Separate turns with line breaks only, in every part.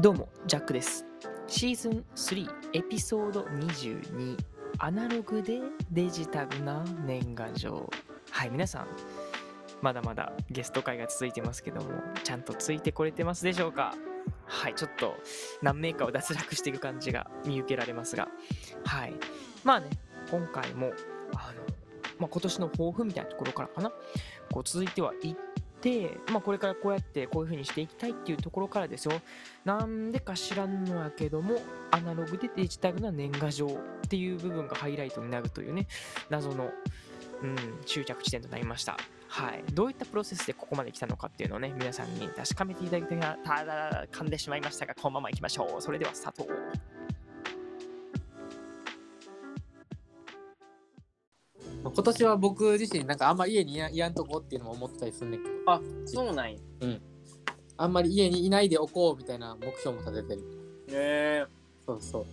どうもジャックですシーズン3エピソード22アナログでデジタルな年賀状はい皆さんまだまだゲスト会が続いてますけどもちゃんとついてこれてますでしょうかはいちょっと何名かを脱落していく感じが見受けられますがはいまあね今回もあの、まあ、今年の抱負みたいなところからかなこう続いてはいってまあ、これからこうやってこういう風にしていきたいっていうところからですよなんでか知らんのやけどもアナログでデジタルな年賀状っていう部分がハイライトになるというね謎の、うん、終着地点となりましたはいどういったプロセスでここまで来たのかっていうのをね皆さんに確かめていただきたいなただ噛んでしまいましたがこのままいきましょうそれではスタート
まあ今年は僕自身なんかあんま家にいやいやんとこっていうのも思ってたりすんねんけど
あそうなんや
あんまり家にいないでおこうみたいな目標も立ててる
へえ
そうそ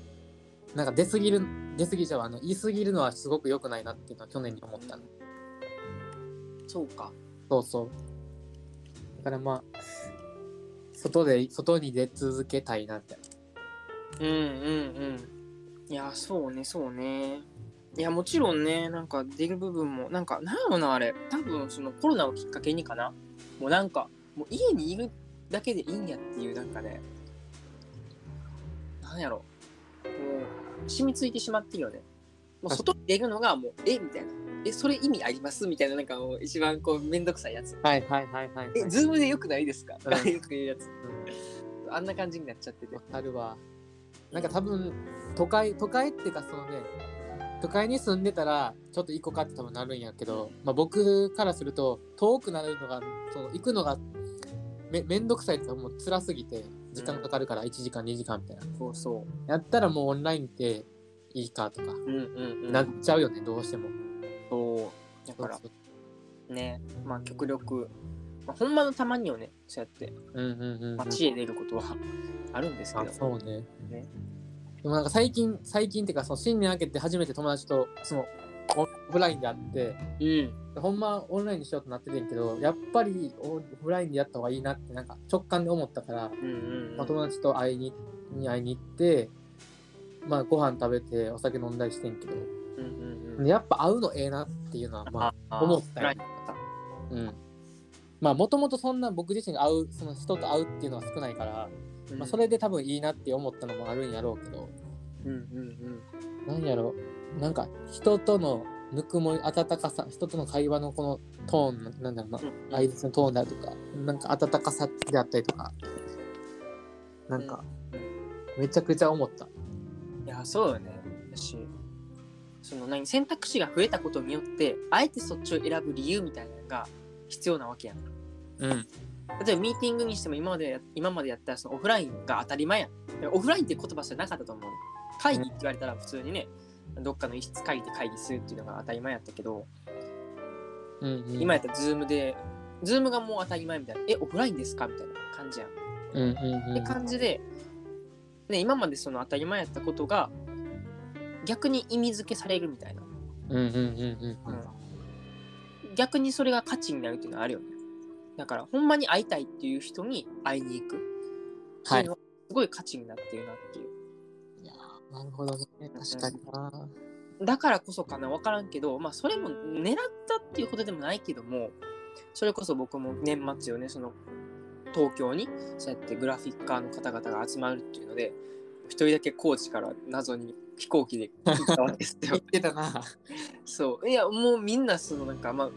うなんか出過ぎる出過ぎちゃうあの言い過ぎるのはすごく良くないなっていうのは去年に思ったの
そうか
そうそうだからまあ外で外に出続けたいなみたいな
うんうんうんいやそうねそうねいやもちろんねなんか出る部分もなんかなんやろなあれ多分そのコロナをきっかけにかなもうなんかもう家にいるだけでいいんやっていうなんかねなんやろもう染みついてしまってるよねもう外に出るのがもうえみたいなえそれ意味ありますみたいななんかもう一番こうめんどくさいやつ
はいはいはいはい、
えズームでよくないですか、
うん
よく言うやつあんな感じになっちゃってて
わかるわ。なんか多分都会都会っていうかそのね都会に住んでたらちょっと行こうかって多分なるんやけど、まあ、僕からすると遠くなるのがその行くのがめめんどくさいとかもう辛すぎて時間かかるから1時間2時間みたいな、
そうそ
やったらもうオンラインっていいかとか
ううんうんうん
なっちゃうよねどうしても
そうだから
そうそう
ねまあ極力、まあ、ほんまのたまにをねそうやって
うんうんうんうん
街へ出ることはあるんですけ
あ
ど
そうね
ね
でもなんか最近最近っていうかその新年明けて初めて友達とそのオフラインで会って
うん
ほんまオンラインにしようとなっててんけど、やっぱりオフラインでやった方がいいなってなんか直感で思ったから、
うん
ま
う
あ
ん
友達と会いにに会いに行って、まあご飯食べてお酒飲んだりしてんけど、
うんうんうん
やっぱ会うのええなっていうのはま
あ
思ったよ
ラインだった
あ、うん。まあもともとそんな僕自身が会う、その人と会うっていうのは少ないから、
うん
まあそれで多分いいなって思ったのもあるんやろうけど、
うんうん
なんやろ、なんか人とのぬくもり、温かさ、人との会話のこのトーン、なんだろうな
う、ん
挨拶のトーンだとか、なんか温かさであったりとか、なんか、めちゃくちゃ思った。
いやそうよねだしその何選択肢が増えたことによってあえてそっちを選ぶ理由みたいなのが必要なわけやん
うん。
例えばミーティングにしても今までや今までやったそのオフラインが当たり前やんオフラインって言葉じゃなかったと思う会議って言われたら普通にねどっかの一室借りて会議するっていうのが当たり前やったけど
うん、うん。
今やったらズームでズームがもう当たり前みたいなえオフラインですかみたいな感じやん
うんうんう
って
ん。
感じで、ね、今までその当たり前やったことが逆に意味付けされるみたいな、
うんうんうんうん。
逆にそれが価値になるっていうのはあるよねだからほんまに会いたいっていう人に会いに行くって
は
いう
い
の。はすごい価値になってるなっていう、
なるほどね。確かにな。
だからこそかな分からんけどまあそれも狙ったっていうことでもないけどもそれこそ僕も年末よねその東京にそうやってグラフィッカーの方々が集まるっていうので一人だけ高知から謎に飛行機で行ったわけですよ
言ってたな。
そういやもうみんなそのなんかまあ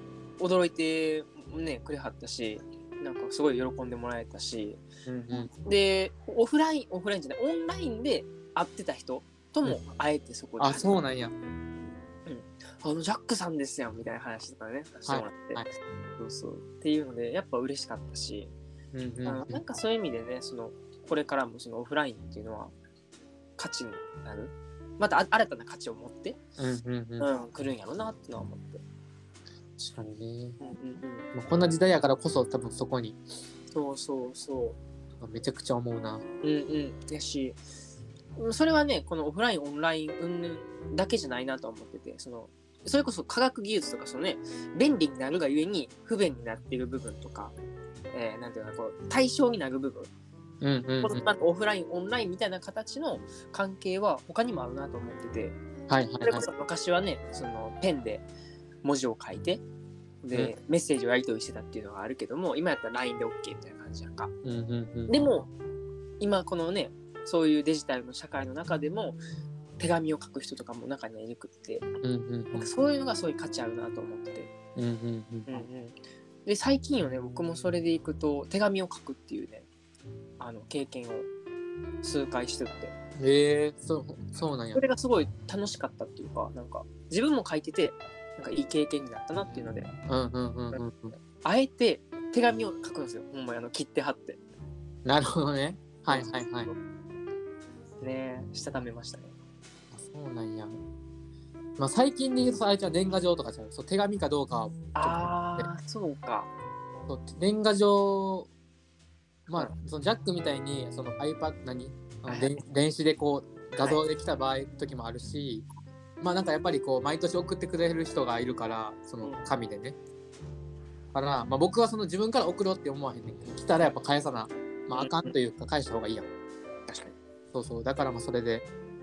驚いてねくれはったしなんかすごい喜んでもらえたし
うんうん。
でオフラインオフラインじゃないオンラインで会ってた人とも会えてそこで、
あ、そうなんや。
あのジャックさんですやんみたいな話とかねさせてもらって、
はい
そうそうっていうのでやっぱ嬉しかったし、
うんうん
あのなんかそういう意味でねそのこれからもそのオフラインっていうのは価値になるまたあ新たな価値を持って、
うんうんうん。確
うん、来るんやろなってのは思って、
かにね。
うんうんうん、
まあこんな時代やからこそ多分そこに
そうそうそう
めちゃくちゃ思うな。
うんうんやしうんそれはねこのオフラインオンライン云々だけじゃないなとは思っててそのそれこそ科学技術とかそのね便利になるがゆえに不便になっている部分とか、えーなんていうのかなこう対象になる部分
うんうん、うん。
なんかオフラインオンラインみたいな形の関係は他にもあるなと思ってて
はいはい
それ
は
こ
い。
そ昔はねそのペンで文字を書いてで、メッセージをやり取りしてたっていうのがあるけども今やったら LINE で OK みたいな感じやんか。
うんうんうん。
でも今このねそういうデジタルの社会の中でも手紙を書く人とかも中にはいるくって
うんうん
なんかそういうのがそういう価値あるなと思ってて、
うん。うんうんうん。
うんうん、で最近よね僕もそれでいくと手紙を書くっていうねあの経験を数回してって
ええそう、そうなんや
そ。れがすごい楽しかったっていうかなんか自分も書いててなんかいい経験になったなっていうので
うんうんうんうんうん。
あえて手紙を書くんですよほんまにあの切って貼って
なるほどね。はいはいはい。
ねえしたためましたね
あそうなんや。まあ最近で言うとさあれじゃう年賀状とかじゃん。そう手紙かどうかは
ああそうか
そう年賀状まあ
う
そのジャックみたいにその iPad 何
は
あの
い
電電子でこう画像で来た場合、時もあるしまあなんかやっぱりこう毎年送ってくれる人がいるからその
うん
紙でね、だから、まあ、僕はその自分から送ろうって思わへんねんけど来たらやっぱ返さな、まあ、
うん
あかんというか返した方がいいやん、
確かに
そうそうだからまあそれで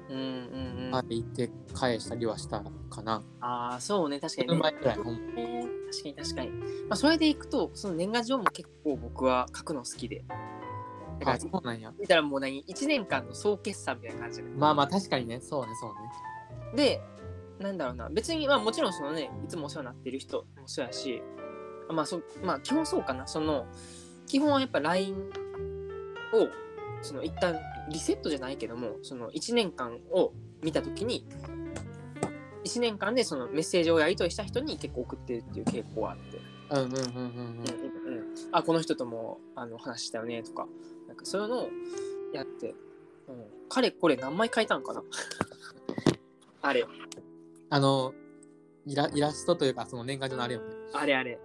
うんうんうん、
あって行って返したりはしたかな、
ああそうね確かに
う
ね
前くらいほんま
ね確かに確かに、まあ、それでいくとその年賀状も結構僕は書くの好きでだから
あそうなんや
見たらもう何1年間の総決算みたいな感じで
まあまあ確かにねそうねそうね
でなんだろうな別にまあもちろんそのねいつもお世話になってる人もそうやしまあそまあ基本そうかなその基本はやっぱ LINE をその一旦リセットじゃないけどもその1年間を見た時に1年間でそのメッセージをやり取りした人に結構送ってるっていう傾向はあって
うんうんうんうんうん
うんうんうん、あこの人ともあの話したよねとかなんかそういうのをやって、うん、彼これ何枚書いたんかな あれ
あのイライラストというかその年賀状のあれよね。
あれあれ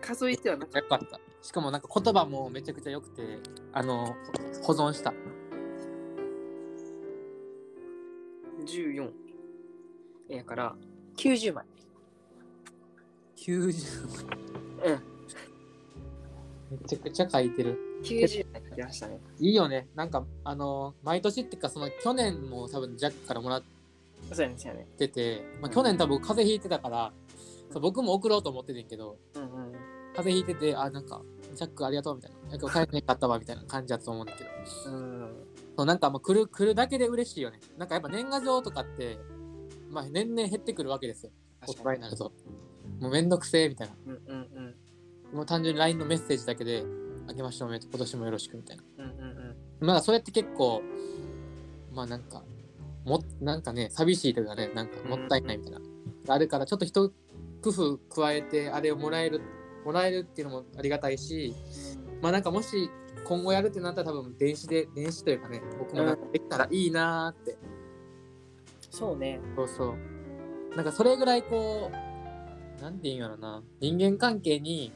数えてはなかっ
よかった。しかもなんか言葉もめちゃくちゃ良くてあの保存した。
た14えやから90枚
90
うん
めちゃくちゃ書いてる。
90枚書きましたね
いいよね。なんかあの毎年っていうかその去年も多分ジャックからもらっ
そうやねそうやね
てて、まあ、去年多分風邪ひいてたから、そう僕も送ろうと思っててんけど
うんうん
風邪ひいててあなんかジャックありがとうみたいななんか帰ってなかったわみたいな感じだと思うんだけど
うん
そうなんかまあ来る来るだけで嬉しいよね。なんかやっぱ年賀状とかって、まあ、年々減ってくるわけですよ。大
確
人
か
に
に
なると。もうめんどくせえみたいな。
うんうんうん
もう単純に LINE のメッセージだけで、明けましておめでとう、今年もよろしくみたいな。
うんうんうん
まあそれって結構、まあなんか、もなんかね、寂しいというかね、なんかもったいないみたいな。あるから、ちょっと一工夫加えて、あれをもらえる、もらえるっていうのもありがたいし、まあなんかもし今後やるってなったら多分電子で、電子というかね、僕もなんかできたらいいなーって。
そうね
そうそう。なんかそれぐらいこう、なんていうんやろな、人間関係に、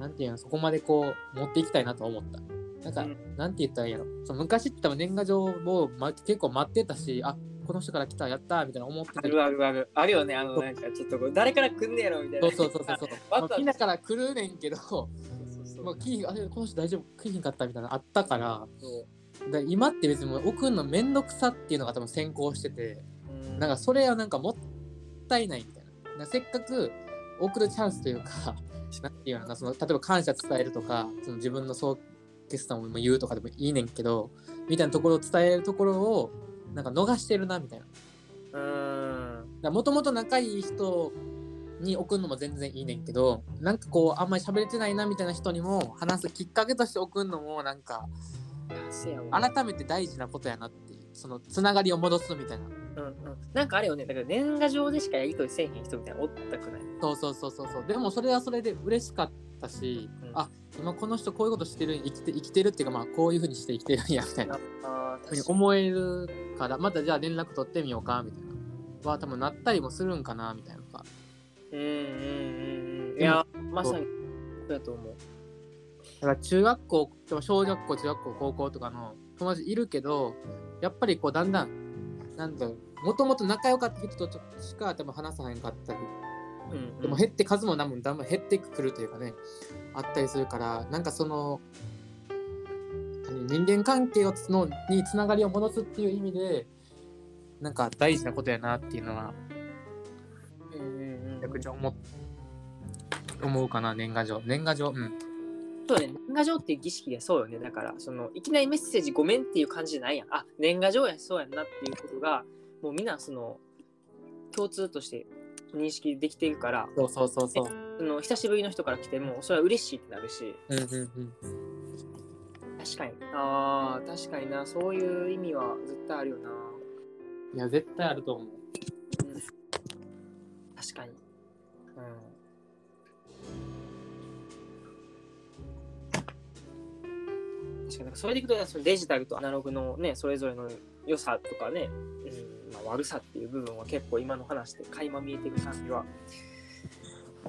なんていうんやろそこまでこう、持っていきたいなと思った。なんか、
う
なんて言ったらいいんやろ。その昔って多分年賀状を、ま、結構待ってたし、あこの人から来た、やったーみたいな思ってた
あ
け
る
ど。
あるあるあるよねあのなんかちょっとこう誰から来んねやろみたい
そ
な
うそうそうそうそう。
あ
まあ、来なから来るねんけど、
そうそうそう
まあ、来いあれこの人大丈夫来ひんかったみたいなのあったから、
そ
で今って別にもう送るのめんどくさっていうのが多分先行してて、
ううん
なんかそれはなんかもったいないみたいな。なんかせっかく送るチャンスというか、 なんていうのかなその例えば感謝伝えるとか、その自分の総決算を言うとかでもいいねんけど、みたいなところを伝えるところをなんか逃してるなみたいな。
うん
もともと仲いい人に送るのも全然いいねんけど、なんかこうあんまり喋れてないなみたいな人にも話すきっかけとして送るのもなんか
せやわ
改めて大事なことやなっていう、そのつながりを戻すみたいな。
うんうん、なんかあれよね、だから年賀状でしかやりとりせえへん人みたいなのおったくない。
そうそうそうそうそうでもそれはそれで嬉しかったし、
うん
あ今この人こういうことしてる生きて生きてるっていうかまあこういうふうにして生きてるんやみたいな
あ
ふうに思えるからまたじゃあ連絡取ってみようかみたいなは多分なったりもするんかなみたいなのが
うんうんうんうん。いや、まさにそうやと思う。
だから中学校でも小学校中学校高校とかの友達いるけどやっぱりこうだんだんなんだろうもともと仲良かった人としか多分話さへんかったり
うん、
でも減って数もだんだん減ってくるというかねあったりするからなんかその何人間関係をつのにつながりを戻すっていう意味でなんか大事なことやなっていうのは
うんうんうん
逆に思思うかな年賀状年賀状うん
そうね、年賀状っていう儀式でそうよね。だから、その、いきなりメッセージごめんっていう感じじゃないやん。あ、年賀状やそうやんなっていうことが、もうみんな、その、共通として認識できているから、
そうそうそうそう
その、久しぶりの人から来ても、それは嬉しいってなるし、
うんうん
確かに。ああ、確かにな。そういう意味は絶対あるよな。
うんいや絶対あると思う
確かに。うん。確かに、それでいくと、そのデジタルとアナログのね、それぞれの良さとかね、うんまあ、悪さっていう部分は結構今の話で垣間見えてる感じは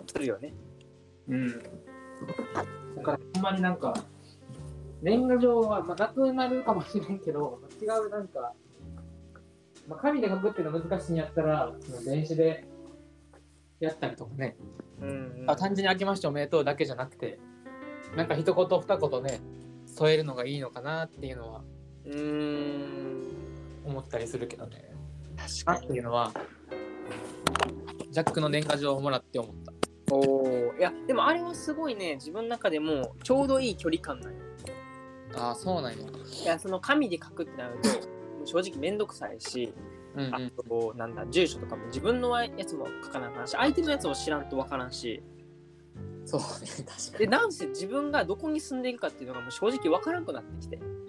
するよね。
うん。だから、ほんまになんか、年賀状は、まあ、なくなるかもしれんけど、まあ違うなんか、まあ、紙で書くっていうのは難しいんやったら、その電子でやったりとかね。
うん、
あ単純に明けましておめでとうだけじゃなくて、なんか一言二言ね、添えるのがいいのかなっていうのは
うーん。
思ったりするけどね。あ
確
っ
か
てい
に
う。のは、ジャックの年賀状をもらって思った。
おお。いや、でもあれはすごいね、自分の中でもちょうどいい距離感なんよ
ああ、そうなんや。
いやその紙で書くってなると正直めんどくさいし、
うん、うん。
あとなんだ住所とかも自分のやつも書かなあかんし相手のやつも知らんとわからんし
そうね、確か
でなんせ自分がどこに住んでいるかっていうのがもう正直わからんくなってきて、うん、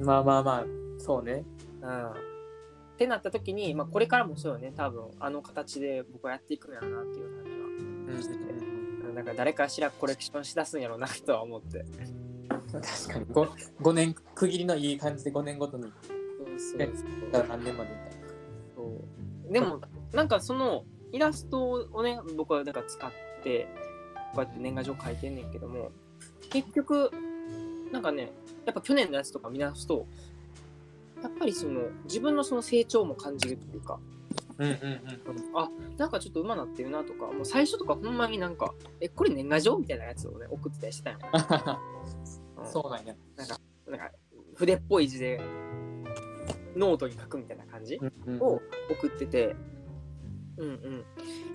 に。まあまあまあ、そうね。
ってなった時に、まあ、これからもそうよね多分あの形で僕はやっていくんやろなっていう感じは
うん、
うんなんか誰かしらコレクションしだすんやろうなとは思って
確かに 5, 5年区切りのいい感じで5年ごとに
そうそう
だから何年までみたいな
そうでもなんかそのイラストをね僕はなんか使ってこうやって年賀状書いてんねんけども結局なんかねやっぱ去年のやつとか見直すとやっぱりその自分のその成長も感じるというか
うんうん
あなんかちょっと馬なってるなとかもう最初とかほんまになんかえこれ年賀状みたいなやつをね送ってたりしてたんよ、
う
うんん
そうなんや
なんか筆っぽい字でノートに書くみたいな感じ
うん
を送ってて、うんうん。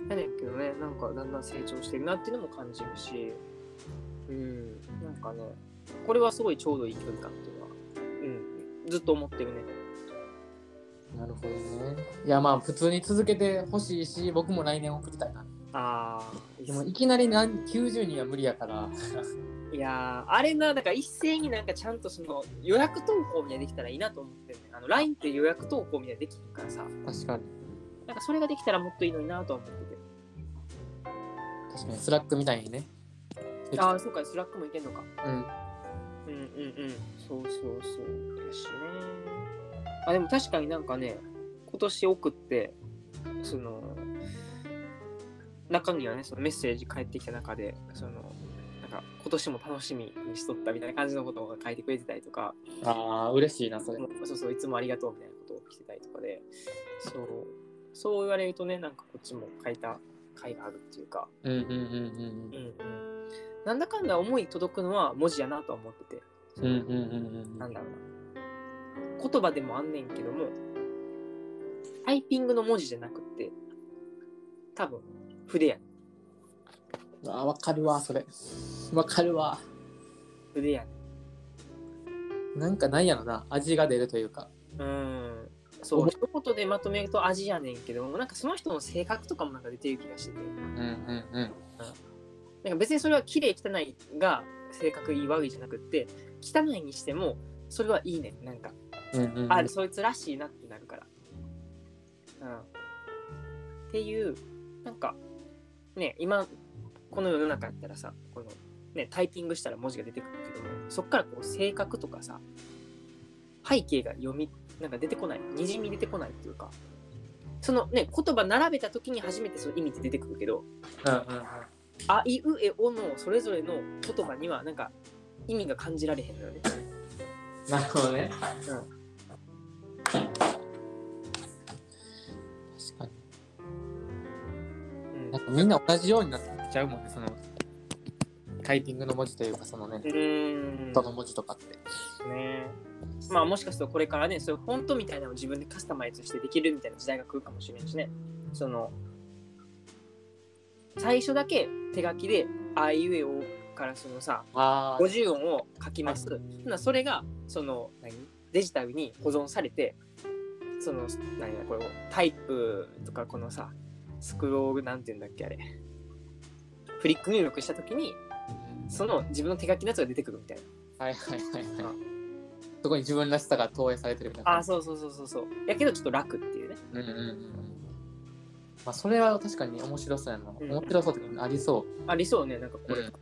やねんけどね、なんかだんだん成長してるなっていうのも感じるし、うん、なんかね、これはすごいちょうどいい距離感っていうのは、うん、ずっと思ってるね。
なるほどねいやまあ普通に続けてほしいし僕も来年送りたいな
ああ、
でもいきなり何90人は無理やから
いやー、あれな、だから一斉になんかちゃんとその予約投稿みたいにできたらいいなと思ってるね。あの、LINE って予約投稿みたいにできるからさ、
確かに
なんかそれができたらもっといいのになとは思ってて。
確かにスラックみたいにねでき
ああ、そうか、スラックもいけんのか。
うん
うんうんうんそうそうそうだしねあでも確かになんかね今年送ってその中にはねそのメッセージ返ってきた中でそのなんか今年も楽しみにしとったみたいな感じのことを書いてくれてたりとか
ああ嬉しいなそれ
もうそうそういつもありがとうみたいなことを来てたりとかでそうそう言われるとねなんかこっちも書いた甲斐があるっていうか、
うんうんうん
うんうん、なんだかんだ思い届くのは文字やなとは思ってて。
うんうんうんうんう
なんんだろうな言葉でもあんねんけどもタイピングの文字じゃなくって多分筆や
あーわかるわそれわかるわ
筆や
なんかなんやろな味が出るというか
うんそ
お
う
も
一言でまとめると味やねんけどもなんかその人の性格とかもなんか出てる気がしてて
うんうんうん
なんか別にそれは綺麗汚いが性格いい悪いじゃなくって汚いにしてもそれはいいねんなんか
うんうんうん
あそいつらしいなってなるから。うん、っていうなんかね今この世の中やったらさこの、ね、タイピングしたら文字が出てくるけどもそっからこう性格とかさ背景が読みなんか出てこないにじみ出てこないっていうかそのね言葉並べた時に初めてその意味って出てくるけど
うんうんうん
あいうえおのそれぞれの言葉にはなんか意味が感じられへんのよね。
なるほどね。
うん
確かに。
うん
なんかみんな同じようになってきちゃうもんね、その。タイピングの文字というかそのね
うーん。
音の文字とかって
ね。まあもしかするとこれからね、そういうフォントみたいなのを自分でカスタマイズしてできるみたいな時代が来るかもしれんしね。その、最初だけ手書きで、あいうえおからそのさ、
あー
50音を書きます。ほなそれが、その、何デジタルに保存されて、その、何や、これをタイプとか、このさ、スクロール、なんて言うんだっけ、あれ。フリック入力したときに、その自分の手書きのやつが出てくるみたいな。
はいはいはいはいそこに自分らしさが投影されてるみたいな
あーそうそうそうそうそうやけどちょっと楽っていうね
うんうんうんうんまあそれは確かに面白そうやな、
ん
面白そうっていうかありそう
ありそうねなんかこれ、
うん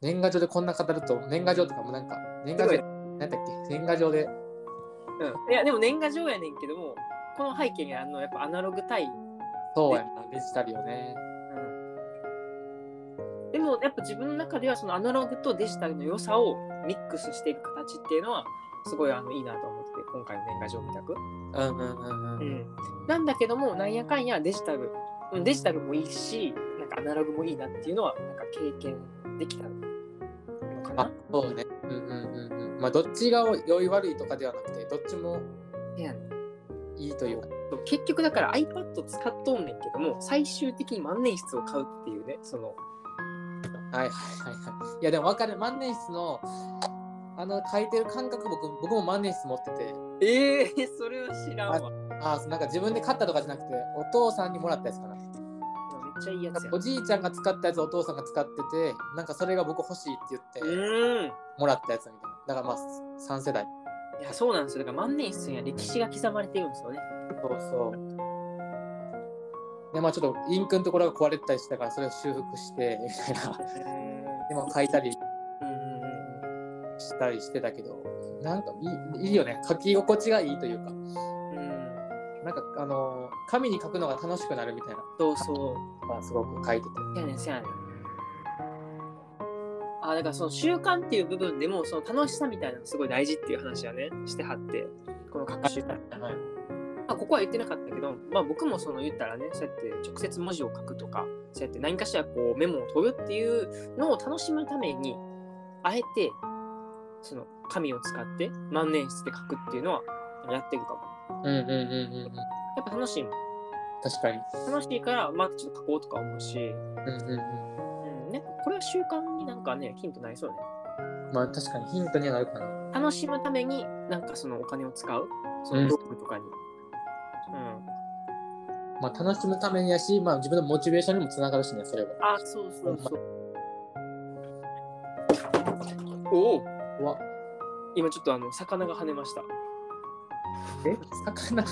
年賀状でこんな語ると年賀状とかもなんか年賀状
す
なんだっけ年賀状で
うんいやでも年賀状やねんけどもこの背景にあのやっぱアナログ対、
そうやなデジタルよね
うん、でもやっぱ自分の中ではそのアナログとデジタルの良さをミックスしていく形っていうのはすごいあのいいなと思って今回の年賀状みたく、
うんうんうんうん
なんだけどもなんやかんやデジタルうんデジタルもいいしなんかアナログもいいなっていうのはなんか経験できたのか
あ
な
そうねうんうんうんうんまあどっちが良い悪いとかではなくてどっちも
部屋に
いいというか
結局だから iPad 使っとんねんけども最終的に万年筆を買うっていうねその
はいはいはいはいいやでも分かる万年筆のあの書いてる感覚僕僕も万年筆持ってて
ええそれは知らんわめ
ああなんか自分で買ったとかじゃなくてお父さんにもらったやつかな
っちゃいいやつや
おじいちゃんが使ったやつお父さんが使っててなんかそれが僕欲しいって言って、
うんい
もらったやつみたいな。だからまあ3世代。
やそうなんですよだから万年筆には歴史が刻まれてるんですよね
そうそう。でまあちょっとインクのところが壊れてたりしてたからそれを修復してみたいな。でも書いたり
うんうんうん
したりしてたけど、なんかいいいいよね。書き心地がいいというか、
うん
なんかあのー紙に書くのが楽しくなるみたいな。
そうそ
まあすごく書いて
うせ
て。
やねんせやねんあだからその習慣っていう部分でもその楽しさみたいなのがすごい大事っていう話はねしてはってこの学習
はい。
まあ、ここは言ってなかったけど、まあ、僕もその言ったらねそうやって直接文字を書くとかそうやって何かしらこうメモを取るっていうのを楽しむためにあえてその紙を使って万年筆で書くっていうのはやってるかも
うんうんうんうんうん。
やっぱ楽しいもん
確かに。
楽しいからまあちょっと書こうとか思うし、
うんうんう
うん、ねこれは習慣になんかねヒントなりそうね
ん。まあ確かにヒントにはなるかな。
楽しむためになんかそのお金を使うそうの
ん
道具とかに、うん
まあ楽しむためにやし、まあ自分のモチベーションにもつながるしね、それは。
あそうそうそうおお
うわ
今ちょっとあの魚が跳ねました。
え魚